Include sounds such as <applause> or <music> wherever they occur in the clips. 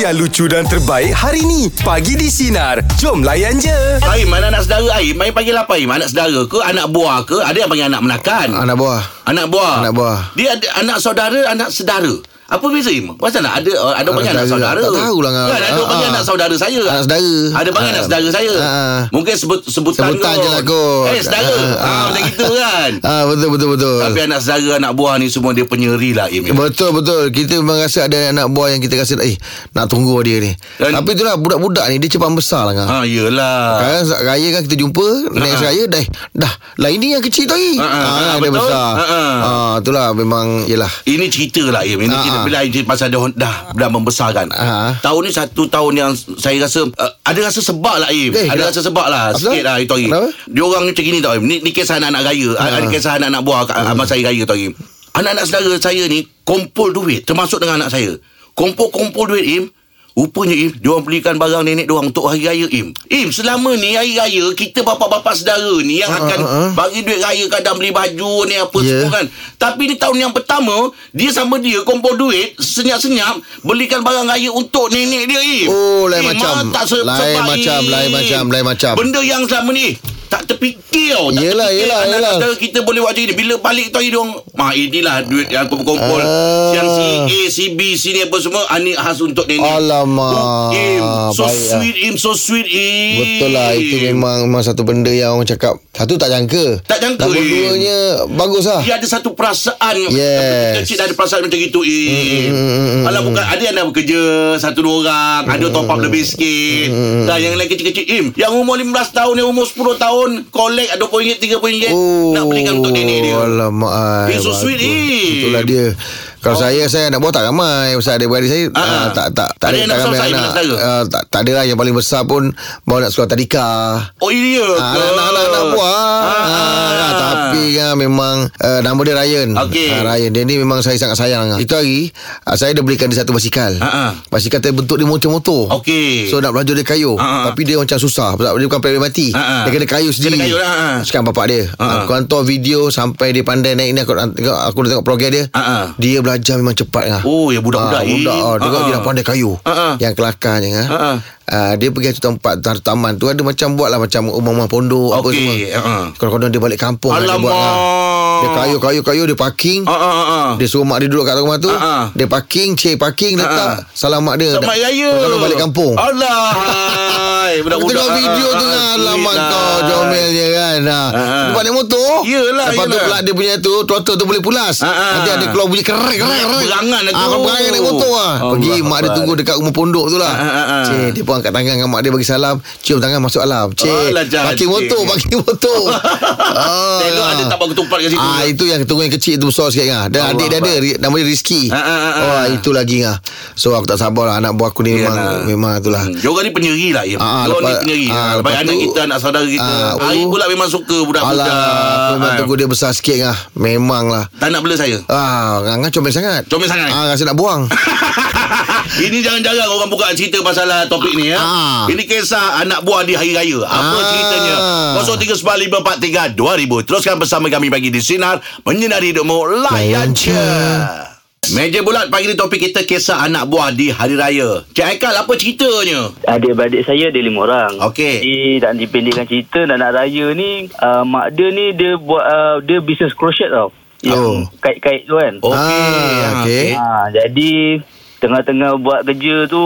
yang lucu dan terbaik hari ni. Pagi di Sinar. Jom layan je. Aim, mana anak saudara Aim? Aim panggil apa Aim? Anak saudara ke? Anak buah ke? Ada yang panggil anak menakan? Anak buah Anak buah. Anak buah. Dia ada anak saudara, anak sedara. Apa beza Im? Pasal nak ada ada orang panggil anak saudara. saudara. Tak tahulah Kan dengan- ada orang Ah, panggil ah. anak saudara saya. Anak saudara. Ada panggil Ah. anak saudara saya. Ah, ah. Mungkin sebut sebutan Sebutan kot. je lah kot. Eh saudara. Ah, Ha ah. macam gitu kan. Ah betul betul betul. Tapi anak saudara, anak buah ni semua dia penyeri lah Im. Betul betul Kita memang rasa ada anak buah Yang kita rasa Eh nak tunggu dia ni Dan- Dan Tapi itulah Budak-budak ni Dia cepat besar lah kan Ha yelah. Kadang raya kan kita jumpa Next Ha. raya dah Dah Lah ini yang kecil tadi Ha, ha, ha, Ah, Dia betul. besar Ha, ha. Ah, Itulah memang Yelah Ini cerita lah Im. Ini Ah, cerita ah. bila Im cerita pasal dia orang dah dah membesarkan. Ah. Tahun ni satu tahun yang saya rasa uh, ada rasa sebab lah Im. Eh, ada kenapa? rasa sebab lah Apa? sikit lah itu Im. Kenapa? Dia orang macam gini tau Im. Ni, ni kisah anak-anak raya. Ah, Ada kisah anak-anak buah kat- Ah. abang saya raya tau Im. Anak-anak saudara saya ni kumpul duit termasuk dengan anak saya. Kumpul-kumpul duit Im. Rupanya Im, dia orang belikan barang nenek dia orang untuk hari raya Im. Im, selama ni hari raya kita bapa-bapa saudara ni yang akan ah, ah. bagi duit raya kadang beli baju ni apa Ya. semua kan. Tapi ni tahun yang pertama Dia sama dia kumpul duit Senyap-senyap Belikan barang raya Untuk nenek dia Im Oh, lain Im, macam. ah, tak se- Lain sebaik. macam, lain macam, lain macam. Benda yang selama ni eh, Tak terfikir tau tak Yelah, terfikir. yelah, Anak-anak yelah. saudara Kita boleh buat macam ni Bila balik tu dia orang Mak inilah duit yang aku berkumpul Ah. Yang si A, si B, si ni apa semua Ani khas untuk nenek Alamak. Oh, Im So Baik lah. sweet Im So sweet Im Betul lah Itu memang, memang satu benda yang orang cakap Satu tak jangka Tak jangka, Ya, Nombor Im. duanya Bagus lah dia ada satu perasaan Yes. kecil ada perasaan macam itu eh. Mm, Alah bukan ada yang dah bekerja satu dua orang, ada Mm, top up lebih sikit. Dan yang lain kecil-kecil im. Yang umur 15 tahun yang umur 10 tahun collect RM20 RM30 Oh, nak belikan untuk nenek dia. Alamak ai, Dia so bagus. sweet, eh. Itulah dia kalau oh. saya saya nak buat tak ramai Pasal ada beradik saya Ah, ah, ah. tak tak Ada tak yang tak nak besar, saya nak saudara. Ah, tak tak ada lah yang paling besar pun mau nak sekolah tadika. Oh iya ke? Ah, anak anak anak Oh. buah. Ah, ah, tapi kan memang uh, nama dia Ryan. Okey. Ah, Ryan dia ni memang saya sangat sayang. Itu hari ah, saya dah belikan dia satu basikal. Ah, ah. Basikal terbentuk dia macam motor. Okey. So nak belanja dia kayu. Ah, ah. Tapi dia macam susah. Sebab dia bukan pelan mati. Ah, ah. Dia kena kayu sendiri. kayu lah, ah. Sekarang bapak dia. Ah, ah. Aku hantar video sampai dia pandai naik ni aku aku dah tengok progress dia. Ah, ah. Dia belajar memang cepat kan. Oh, ya budak-budak, Ah, eh. budak. ah. Tengok Ah, dia ah. dah pandai kayu. Ah, ah. Yang kelakarnya kan. Ah, ah. Ah, dia pergi satu tempat tar- taman tu ada macam buat lah macam rumah-rumah pondok Okey, apa semua. uh-uh. Kadang-kadang dia balik kampung lah dia buat lah. Alamak. Dia kayu kayu kayu dia parking. Ah ah ah, ah. Dia suruh mak dia duduk kat rumah tu. Ah, ah. Dia parking, cek parking Ah, letak. Salam mak dia. Selamat Raya. Kalau balik Ha. kampung. Alah. hai, Aku Budak-budak. tengok video Ah, ah, tu ah, kan sweet Alamak lah. kau Jomelnya kan ha. Ah, ah. Lepas naik motor Yelah, Lepas tu yelah. pula dia punya tu Throttle tu boleh pulas Ah, ah. Nanti ada keluar bunyi kerek kerek kerek Berangan lah Ah, tu. Berangan naik motor lah Allah Pergi mak dia Akbar. tunggu dekat rumah pondok tu lah Ah, ah, ah. Cik dia pun angkat tangan dengan mak dia bagi salam Cium tangan masuk alam Cik Alah, jahat, Pakai motor cik. Pakai <laughs> <laughs> motor Ah. <laughs> Tengok ada tak bagus tumpat kat situ. Ah itu yang tunggu yang kecil tu besar sikit kan. Dan Allah adik dia ada Akbar. Ri- nama dia Rizki. Ah, ah, ah, ah. Oh itu lagi ah. So aku tak sabar lah anak buah aku ni memang Yalah. memang itulah. Hmm, Diorang ni penyeri lah ya. Ah, ah, Diorang ni lepas- penyeri ah, ah, lepas Baik anak tu- kita Anak saudara kita Ah, Hari oh. pula memang suka Budak-budak Ah. Alah, aku memang tunggu dia besar sikit lah. Memang lah. Tak nak bela saya Ah, Angan comel sangat. Comel sangat? Ah, rasa nak buang. Ha, Ini jangan-jangan orang buka cerita pasal ah, topik ni ya. Ah. Ini kisah anak buah di Hari Raya. Apa Ah. ceritanya? 0395432000. Teruskan bersama kami bagi di Sinar. Menyinari hidupmu. Layan Layan je. Meja bulat pagi ni topik kita kisah anak buah di Hari Raya. Cik Aikal apa ceritanya? Adik-beradik saya ada lima orang. Okey. Jadi nak dipendekkan cerita dan nak raya ni uh, mak dia ni dia buat uh, dia bisnes crochet tau. Yang Oh. kait-kait tu kan. Okey. Ah, okey. Oh, okey. Ha, jadi tengah-tengah buat kerja tu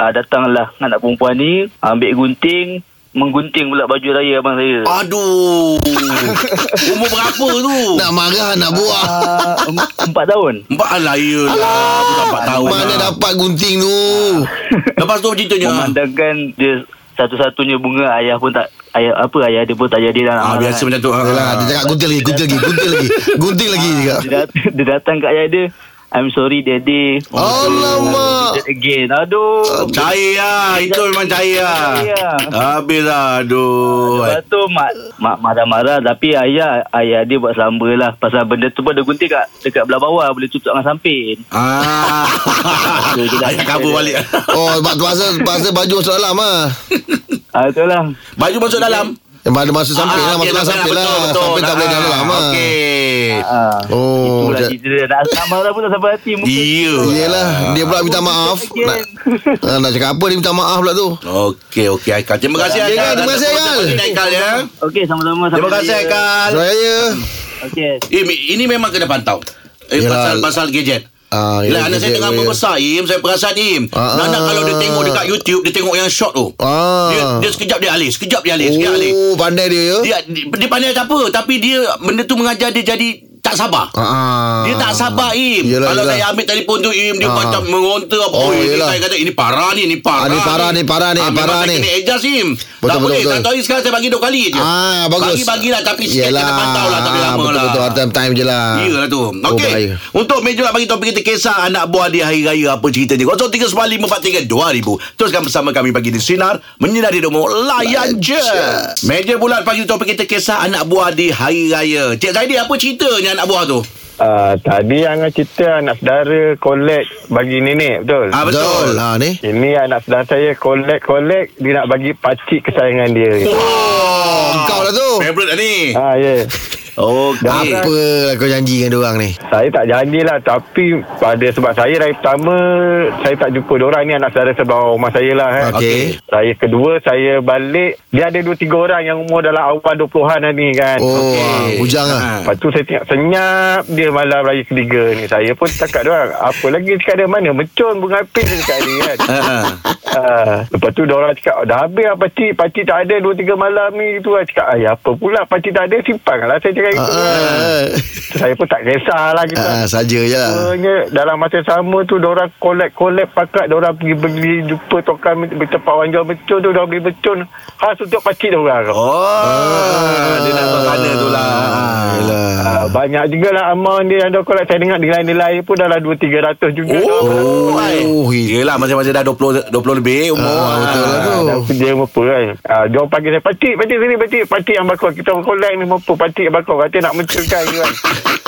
uh, datanglah anak perempuan ni ambil gunting menggunting pula baju raya abang saya. Aduh. <laughs> Umur berapa tu? Nak marah, nak buang. Ah, Uh, <laughs> empat tahun. Empat alah ya lah. Aku tak empat tahun Mana lah. dapat gunting tu? Lepas tu ceritanya. Memandangkan dia satu-satunya bunga ayah pun tak ayah apa ayah dia pun tak jadi dalam Ah, biasa macam tu. Yalah, Ah. dia cakap gunting lagi, gunting lagi, gunting lagi. Gunting lagi juga. dia, dat- dia datang kat ayah dia I'm sorry daddy Alamak. Did it again Aduh Cair lah Itu memang cair lah Cair lah. Habis lah Aduh Lepas tu mak, mak marah-marah Tapi ayah Ayah dia buat selamba lah Pasal benda tu pun ada gunting kat Dekat belah bawah Boleh tutup dengan samping <laughs> Ah, Betul juga. Ayah cover balik Oh, sebab tu pasal, pasal baju masuk dalam ah. ah, Itulah Baju masuk dalam Pada masa sampai lah Ah, Masa okey, dah sampai lah Betul, betul. Sampai tak boleh dah lama Okey. Ah. Oh, Itulah jad- cerita Nak nama dah pun tak sampai hati Mungkin Iya. Yelah Dia pula minta maaf nak, ah, nak cakap apa Dia minta maaf pula tu Okey, okey Aikal. Terima kasih Okey, Aikal. terima kasih, Aikal. Aikal ya. Okey sama-sama Terima Sampai kasih jaya. Aikal. Selamat Raya Okey Eh, mi- ini memang kena pantau. Eh, Yelah. pasal pasal gadget. Ah, Yelah, yelah, anak saya gadget, tengah yelah. membesar Im Saya perasan Im Ah, Nana ah. kalau dia tengok dekat YouTube Dia tengok yang short tu Ah. dia, dia sekejap dia alih Sekejap dia alih Sekejap alih Oh pandai dia ya dia, dia, dia pandai tak apa Tapi dia Benda tu mengajar dia jadi Tak sabar Ah, ah. Dia tak sabar Im Yelah, Kalau yelah. saya ambil telefon tu Im Dia Ah. macam mengonta apa oh, Oh, ini yelah. Saya kata ini parah ni Ini Ah, parah ni parah ni, parah ni, Ah, memang parah saya ni. kena adjust Im Tak Betul, betul, boleh betul. Tak tahu sekarang saya bagi dua kali je Ah bagus Bagi-bagilah Tapi sikit kena pantau lah Tak boleh lama betul, lah Betul betul Time je lah Iyalah Ya tu Oh, Okey bahaya. oh, Untuk meja nak bagi topik kita Kisah anak buah dia hari raya Apa cerita dia 0395432000 Teruskan bersama kami Pagi di Sinar Menyinari Domo Layan je Meja bulat pagi topik kita Kisah anak buah di hari raya Cik Zaidi apa ceritanya anak buah tu Ah, tadi Angah cerita anak saudara collect bagi nenek, betul? Ah, Betul betul ha, ni Ini anak saudara saya collect-collect dia nak bagi pakcik kesayangan dia. Oh, Kau lah tu Favorite dah ni Ah, ya. Yeah. Okey Apa lah kau janjikan dia orang ni Saya tak janjilah tapi pada sebab saya dari pertama saya tak jumpa diorang ni anak saudara sebelah rumah saya lah kan. Okey. Saya kedua saya balik dia ada dua tiga orang yang umur dalam awal 20-an dah ni kan. Oh Okey. ah, Bujang lah Ah. Lepas tu saya tengok senyap dia malam raya ketiga ni. Saya pun cakap dia orang, apa lagi cakap dia mana? Mecun bunga apis dia cakap dia kan. <laughs> Ah, ah. Ah, lepas tu dia orang cakap dah habis lah pakcik, pakcik tak ada 2 3 malam ni tu lah cakap. Ay, apa pula pakcik tak ada simpan lah saya cakap Ah, gitu. lah. ah, Saya pun tak kisah lah gitu. ah, ah, Saja je lah Sebenarnya dalam masa sama tu orang collect-collect pakat orang pergi beli jumpa tokan tempat orang jual becun tu orang beli becun khas untuk pakcik orang. Oh Dia nak makanan tu lah Yelah Ah, banyak juga lah amount dia yang dia collect. Saya dengar nilai-nilai pun dalam 2-300 juga. Oh, oh Oh, Yelah masing-masing dah 20, 20 lebih umur Ah, betul lah tu. Dah kerja apa kan ah, Dia orang panggil saya Pakcik, pakcik sini, pakcik Pakcik yang bakar Kita orang collect ni Mampu pakcik yang bakar Kata nak mencerkan je kan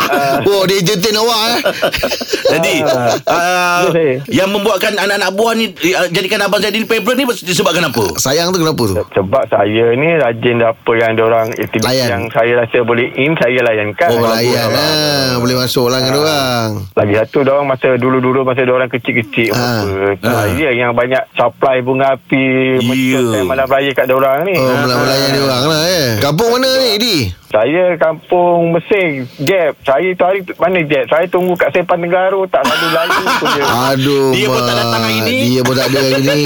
Ah, Oh dia jetin awak eh <laughs> Jadi Ah. uh, Betul saya. Yang membuatkan anak-anak buah ni uh, Jadikan abang jadi favorite ni Disebabkan apa? Sayang tu kenapa tu sebab saya ni rajin apa yang orang aktiviti Layan. yang saya rasa boleh in saya layankan. Oh Bagus, layan abang. lah Boleh masuk lah Ah. dengan orang Lagi satu orang masa dulu-dulu masa orang kecil-kecil Ah. apa. Saya yang banyak supply bunga api Ya. mecun time malam raya kat orang ni. Ah. Oh melayan dia orang lah eh Kampung mana ni Di? Saya kampung Mesing Jeb Saya tu hari tu- Mana Jeb Saya tunggu kat Sepan Tenggara Tak selalu lalu tu je Ah. Aduh Dia pun tak Mak. datang hari ni. Dia pun tak ada hari ni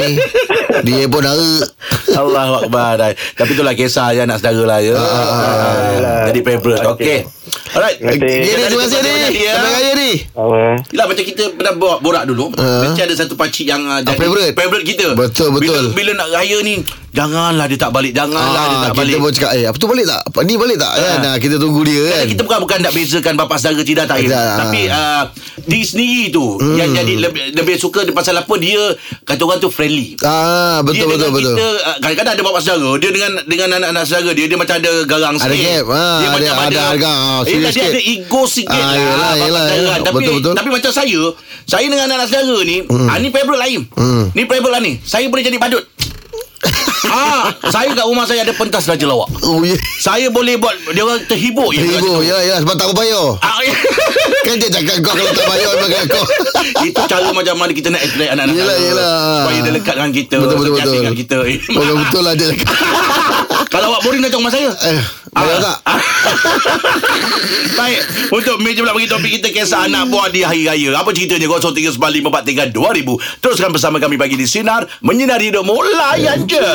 Dia pun dara Allah Akbar dah. Tapi itulah kisah ya anak saudara lah ya. ah, Ah, jadi favorite. Okey. Alright. Terima kasih. Dia ni terima kasih ni Sampai raya ni Apa? Yelah macam kita pernah borak, borak dulu Ah. Mesti ada satu pakcik yang uh, jadi favourite. Favorite kita Betul, betul. Bila, bila nak raya ni Janganlah dia tak balik Janganlah dia Ah, tak kita balik pun cakap Eh apa tu balik tak? Apa Ni balik tak? Kan? Ah, kita tunggu dia Kan? kan Kita bukan bukan nak bezakan bapak saudara tidak tak Im. Tidak, ah. Tapi uh, diri sendiri tu hmm. yang jadi lebih, lebih suka dia pasal apa dia kata orang tu friendly. Ah betul dia betul dengan betul. kita ah, kadang-kadang ada bapak saudara dia dengan dengan anak-anak saudara dia dia macam ada garang Ada sikit. gap, dia ah, ada- macam ada harga, ah, eh, serius dia sikit. ada ego sikit Ah, lah. yelah, bapak yelah, saudara. yelah. Tapi Betul, betul. tapi macam saya saya dengan anak-anak saudara ni hmm. ah, ni favorite lain. Hmm. Ni favorite lah ni. Saya boleh jadi <laughs> badut. ah, saya kat rumah saya ada pentas raja lawak. Oh ya. Saya boleh buat dia orang terhibur je kat Ibu situ. ya ya sebab tak kau bayar. Ah, Kan dia cakap kau kalau tak bayar memang kau. <laughs> Itu cara macam mana kita nak attract anak-anak Yelah, kita. yelah. Supaya dia dekat dengan kita Betul betul terbiasa betul. dengan kita Eh, <laughs> Betul betul lah dia cakap. Kalau awak boring datang rumah saya Eh, bayar Ah. tak? Baik Untuk meja pula bagi topik kita Hmm. Kisah anak buah di hari raya Apa ceritanya 0395432000 Teruskan bersama kami pagi di Sinar Menyinari hidupmu Layan je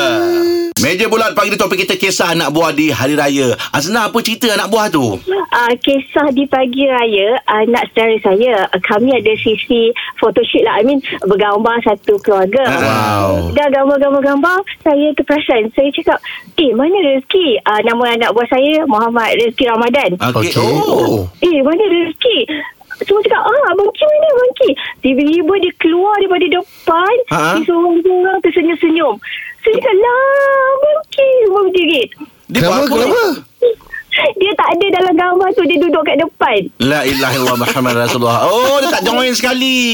Meja bulat pagi di topik kita Kisah anak buah di hari raya Azna apa cerita anak buah tu? uh, kisah di pagi raya anak saudara saya uh, kami ada sisi photoshoot lah I mean bergambar satu keluarga Ya. Ah, Wow. dah gambar-gambar-gambar saya terperasan saya cakap eh mana Rezeki uh, nama anak buah saya Muhammad Rezeki Ramadan Okey. Okey. Oh. eh mana rezeki semua cakap ah abang Ki mana abang Ki tiba-tiba dia keluar daripada depan Ha? ha? dia seorang-seorang tersenyum-senyum saya cakap lah abang Ki abang Ki Dia buat Kenapa apa? kenapa? dia tak ada dalam gambar tu dia duduk kat depan. La ilaha illallah Muhammad Rasulullah. Oh, dia tak join sekali.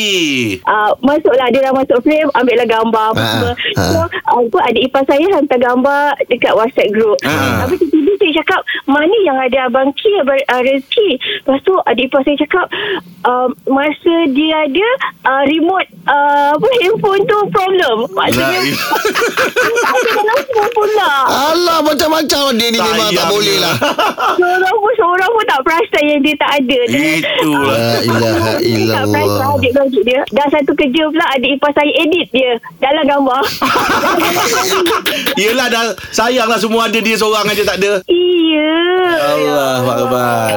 Uh, masuklah dia dah masuk frame ambillah gambar apa Ah, semua. ah. So apa ada ipar saya hantar gambar dekat WhatsApp group. Ah. Tapi tiba-tiba saya cakap mana yang ada abang Ki abang uh, Rezki. Lepas tu adik ipar saya cakap um, masa dia ada uh, remote uh, apa handphone tu problem. La Lah, Maksudnya ilaha- tak ada dalam phone pula. Alah macam-macam dia ni memang tak Sayangnya. boleh lah. Seorang pun seorang pun tak perasan yang dia tak ada. <laughs> Eh, Itulah. La ilaha Tak perasan illallah. adik logik dia. Dan satu kerja pula adik ipar saya edit dia dalam gambar. Yelah dah sayanglah semua ada dia seorang aja tak ada. iya. Ya Allah Akbar.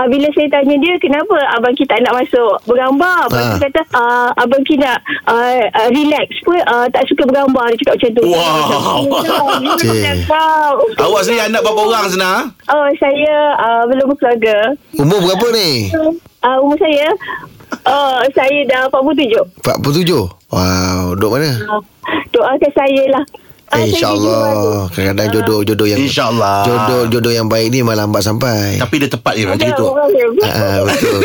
Ah, Bila saya tanya dia kenapa abang kita nak masuk bergambar. Abang Ah. ha. kata ah, abang kita nak ah, ah, relax pun ah, tak suka bergambar. Dia cakap macam tu. <laughs> Wow. Dia Cik. cakap, Awak sendiri anak berapa orang Sena? Oh, saya ah, belum berkeluarga. Umur berapa ni? Uh, umur saya uh, Saya dah 47 47. Wow, duduk mana? uh, Doakan saya lah Ah, Eh, saya InsyaAllah Kadang-kadang jodoh-jodoh yang InsyaAllah. Jodoh-jodoh yang baik ni Malah lambat sampai Tapi dia tepat je macam jumpa itu. dua orang dia. Ah, ah, <laughs> Betul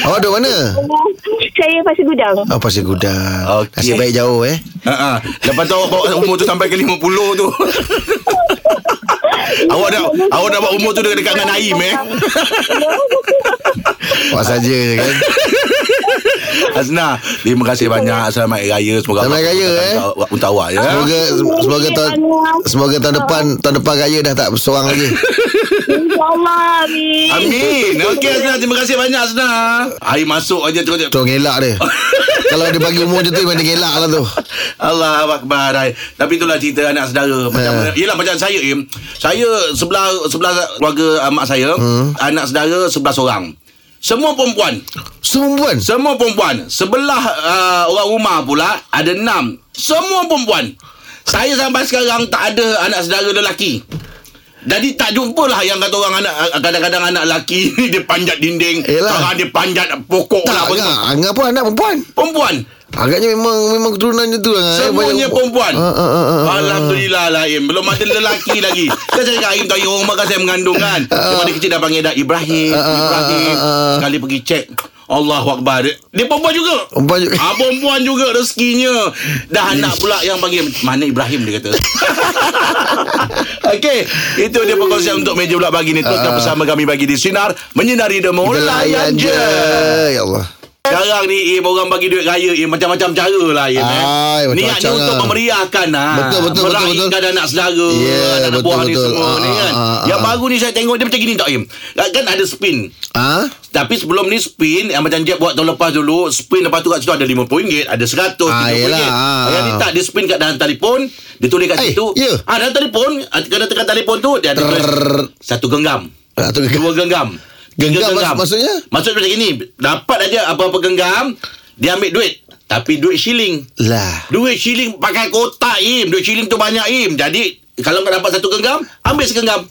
Awak duduk mana? Saya pasal gudang Oh pasir gudang Okey. okay. Nasib baik jauh eh Ha ah. Lepas tu awak bawa umur tu sampai ke 50 tu. awak dah awak dah bawa umur tu dekat dekat dengan Naim eh. Awak saja <laughs> kan Azna, terima kasih banyak. Selamat Hari Raya. Semoga Selamat Allah Raya, eh. untuk, untuk awak ya. Semoga Semoga tahun Semoga tahun depan Tahun depan raya dah tak seorang lagi InsyaAllah Amin Amin. Okey Azna, terima kasih banyak Azna. Air masuk aja terus. Tu orang elak dia Kalau dia bagi umur macam tu Memang dia elak lah tu Allah Akbar hai. Tapi itulah cerita anak saudara Macam Ha. mana Yelah macam saya Im Saya sebelah Sebelah keluarga uh, mak saya hmm. Anak saudara sebelas orang Semua perempuan Semua perempuan Semua perempuan Sebelah uh, orang rumah pula Ada enam Semua perempuan Saya sampai sekarang Tak ada anak saudara lelaki jadi tak jumpa lah yang kata orang anak kadang-kadang anak lelaki <laughs> ni dia panjat dinding, Yelah. sekarang dia panjat pokok Tak ya. lah apa Angah semua. Angah pun anak perempuan Perempuan. Agaknya memang Memang keturunan macam tu lah Angah. Semuanya Banyak- perempuan Ah, ah, ah, ah, ah. Alhamdulillah lah Im Belum ada lelaki lagi Kan saya cakap Im tahu orang makan saya mengandung kan Daripada kecil dah panggil dah Ibrahim ah, Ibrahim ah, ah. Sekali pergi cek Allahu Akbar Dia, dia perempuan juga Perempuan juga. ah, Perempuan juga rezekinya Dah anak pula yang panggil Mana Ibrahim dia kata <laughs> Okey Itu dia perkongsian untuk meja pula pagi ni Teruskan bersama kami bagi di Sinar Menyinari demo Kita Layan je Ya Allah sekarang ni Im orang bagi duit raya Im macam-macam cara lah Im eh. Ai, macam-macam Niatnya lah. untuk memeriahkan lah. Betul, betul, betul, Meraihkan betul. anak saudara, Yeah, anak betul, buah ni betul. semua Ah, ni kan. ah, ah, Yang ah. baru ni saya tengok dia macam gini tak Im. Kan ada spin. Ha? Tapi sebelum ni spin yang macam Jeb buat tahun lepas dulu, spin lepas tu kat situ ada RM50, ada RM100, Ah, RM30. yelah, ah, Yang ni ah. tak dia spin kat dalam telefon, dia tulis kat Eh, situ. ya. Ah dalam telefon, kena tekan telefon tu dia ada tulis Trrrr. satu genggam. Satu genggam. Dua genggam. Tiga Genggam maksud- maksudnya? Maksud macam ini Dapat aja apa-apa genggam Dia ambil duit Tapi duit shilling Lah Duit shilling pakai kotak im Duit shilling tu banyak im Jadi Kalau kau dapat satu genggam Ambil <laughs> segenggam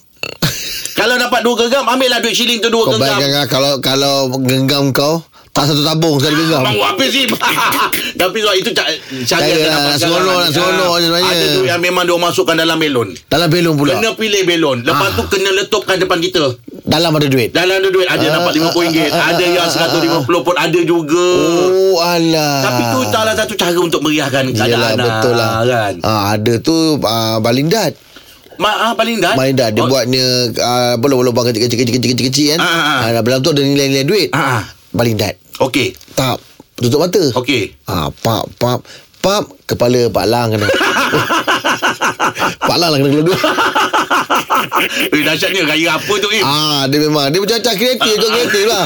Kalau dapat dua genggam Ambillah duit shilling tu dua Kau genggam bayangkan kan kalau kalau genggam kau tak satu tabung sekali genggam. Abang buat apa sih <laughs> Tapi sebab itu ca- Cara Cara yang lah, dapat sekarang seronok ni. lah, seronok Ah, je sebenarnya. Ada duit yang memang Dia masukkan dalam belon Dalam belon pula. Kena pilih belon Lepas Ah. tu kena letupkan depan kita Dalam ada duit. Dalam lah ada duit Ada Ah, dapat ah, RM50 ah, Ada ah, yang ah, RM150 pun ada juga Oh alah. Tapi tu lah. salah satu cara untuk meriahkan Yelah keadaan betul lah kan. ah, Ada tu ah, Balindat Mak ah, paling dah. Balindat Dia Oh, buatnya ah, Apa lubang-lubang kecil-kecil-kecil-kecil kan Ah, ah, ah. ah, Dalam tu ada nilai-nilai duit Ah, ah. Balindat Okey. Tap Tutup mata Okey. <laughs> ah, Pap Pap Pap Kepala Pak Lang kena Pak Lang lah kena keluar eh dahsyatnya raya apa tu Im? <laughs> Ah, dia memang dia macam-macam kreatif, tu kreatif lah.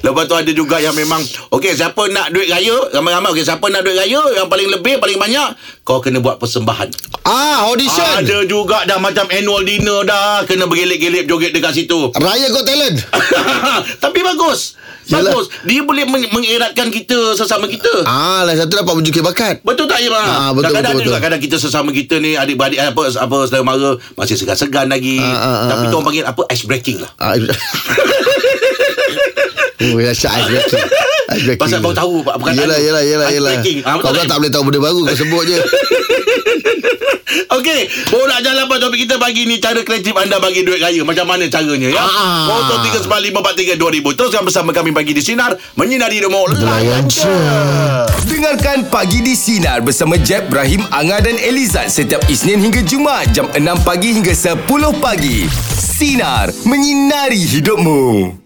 Lepas tu ada juga yang memang Okey siapa nak duit raya Ramai-ramai Okey siapa nak duit raya Yang paling lebih Paling banyak Kau kena buat persembahan Ah, audition. Ada juga dah macam annual dinner dah Kena bergelip-gelip joget dekat situ Raya Got Talent. <coughs> Tapi bagus Yalah. Bagus Dia boleh meng- mengeratkan kita Sesama kita Ah, lah satu dapat menunjukkan bakat. Betul tak Imam? Ah, kadang-kadang betul, betul, ada juga betul. kadang kita sesama kita ni adik-beradik apa apa saudara mara masih segan-segan lagi. Ah, ah, ah, Tapi ah. tu orang panggil apa ice breaking lah. Ah, <laughs> Oh, ya syak ice breaking. Ice breaking. Pasal kau tahu, Pak, perkataan Yelah, tu. yelah, yelah, Ice yelah. breaking. Ah, betul Kau tak, kan tak Im? boleh tahu benda baru, kau sebut je. Okey, Okey, baru nak jalan apa topik kita pagi ni cara kreatif anda bagi duit raya. Macam mana caranya ya? Ah. Motor 395432000. Teruskan bersama kami pagi di sinar menyinari demo layan Layan je. je. Dengarkan Pagi di Sinar bersama Jeb, Ibrahim, Anga dan Elizad setiap Isnin hingga Jumaat jam 6 pagi hingga 10 pagi. Sinar, menyinari hidupmu.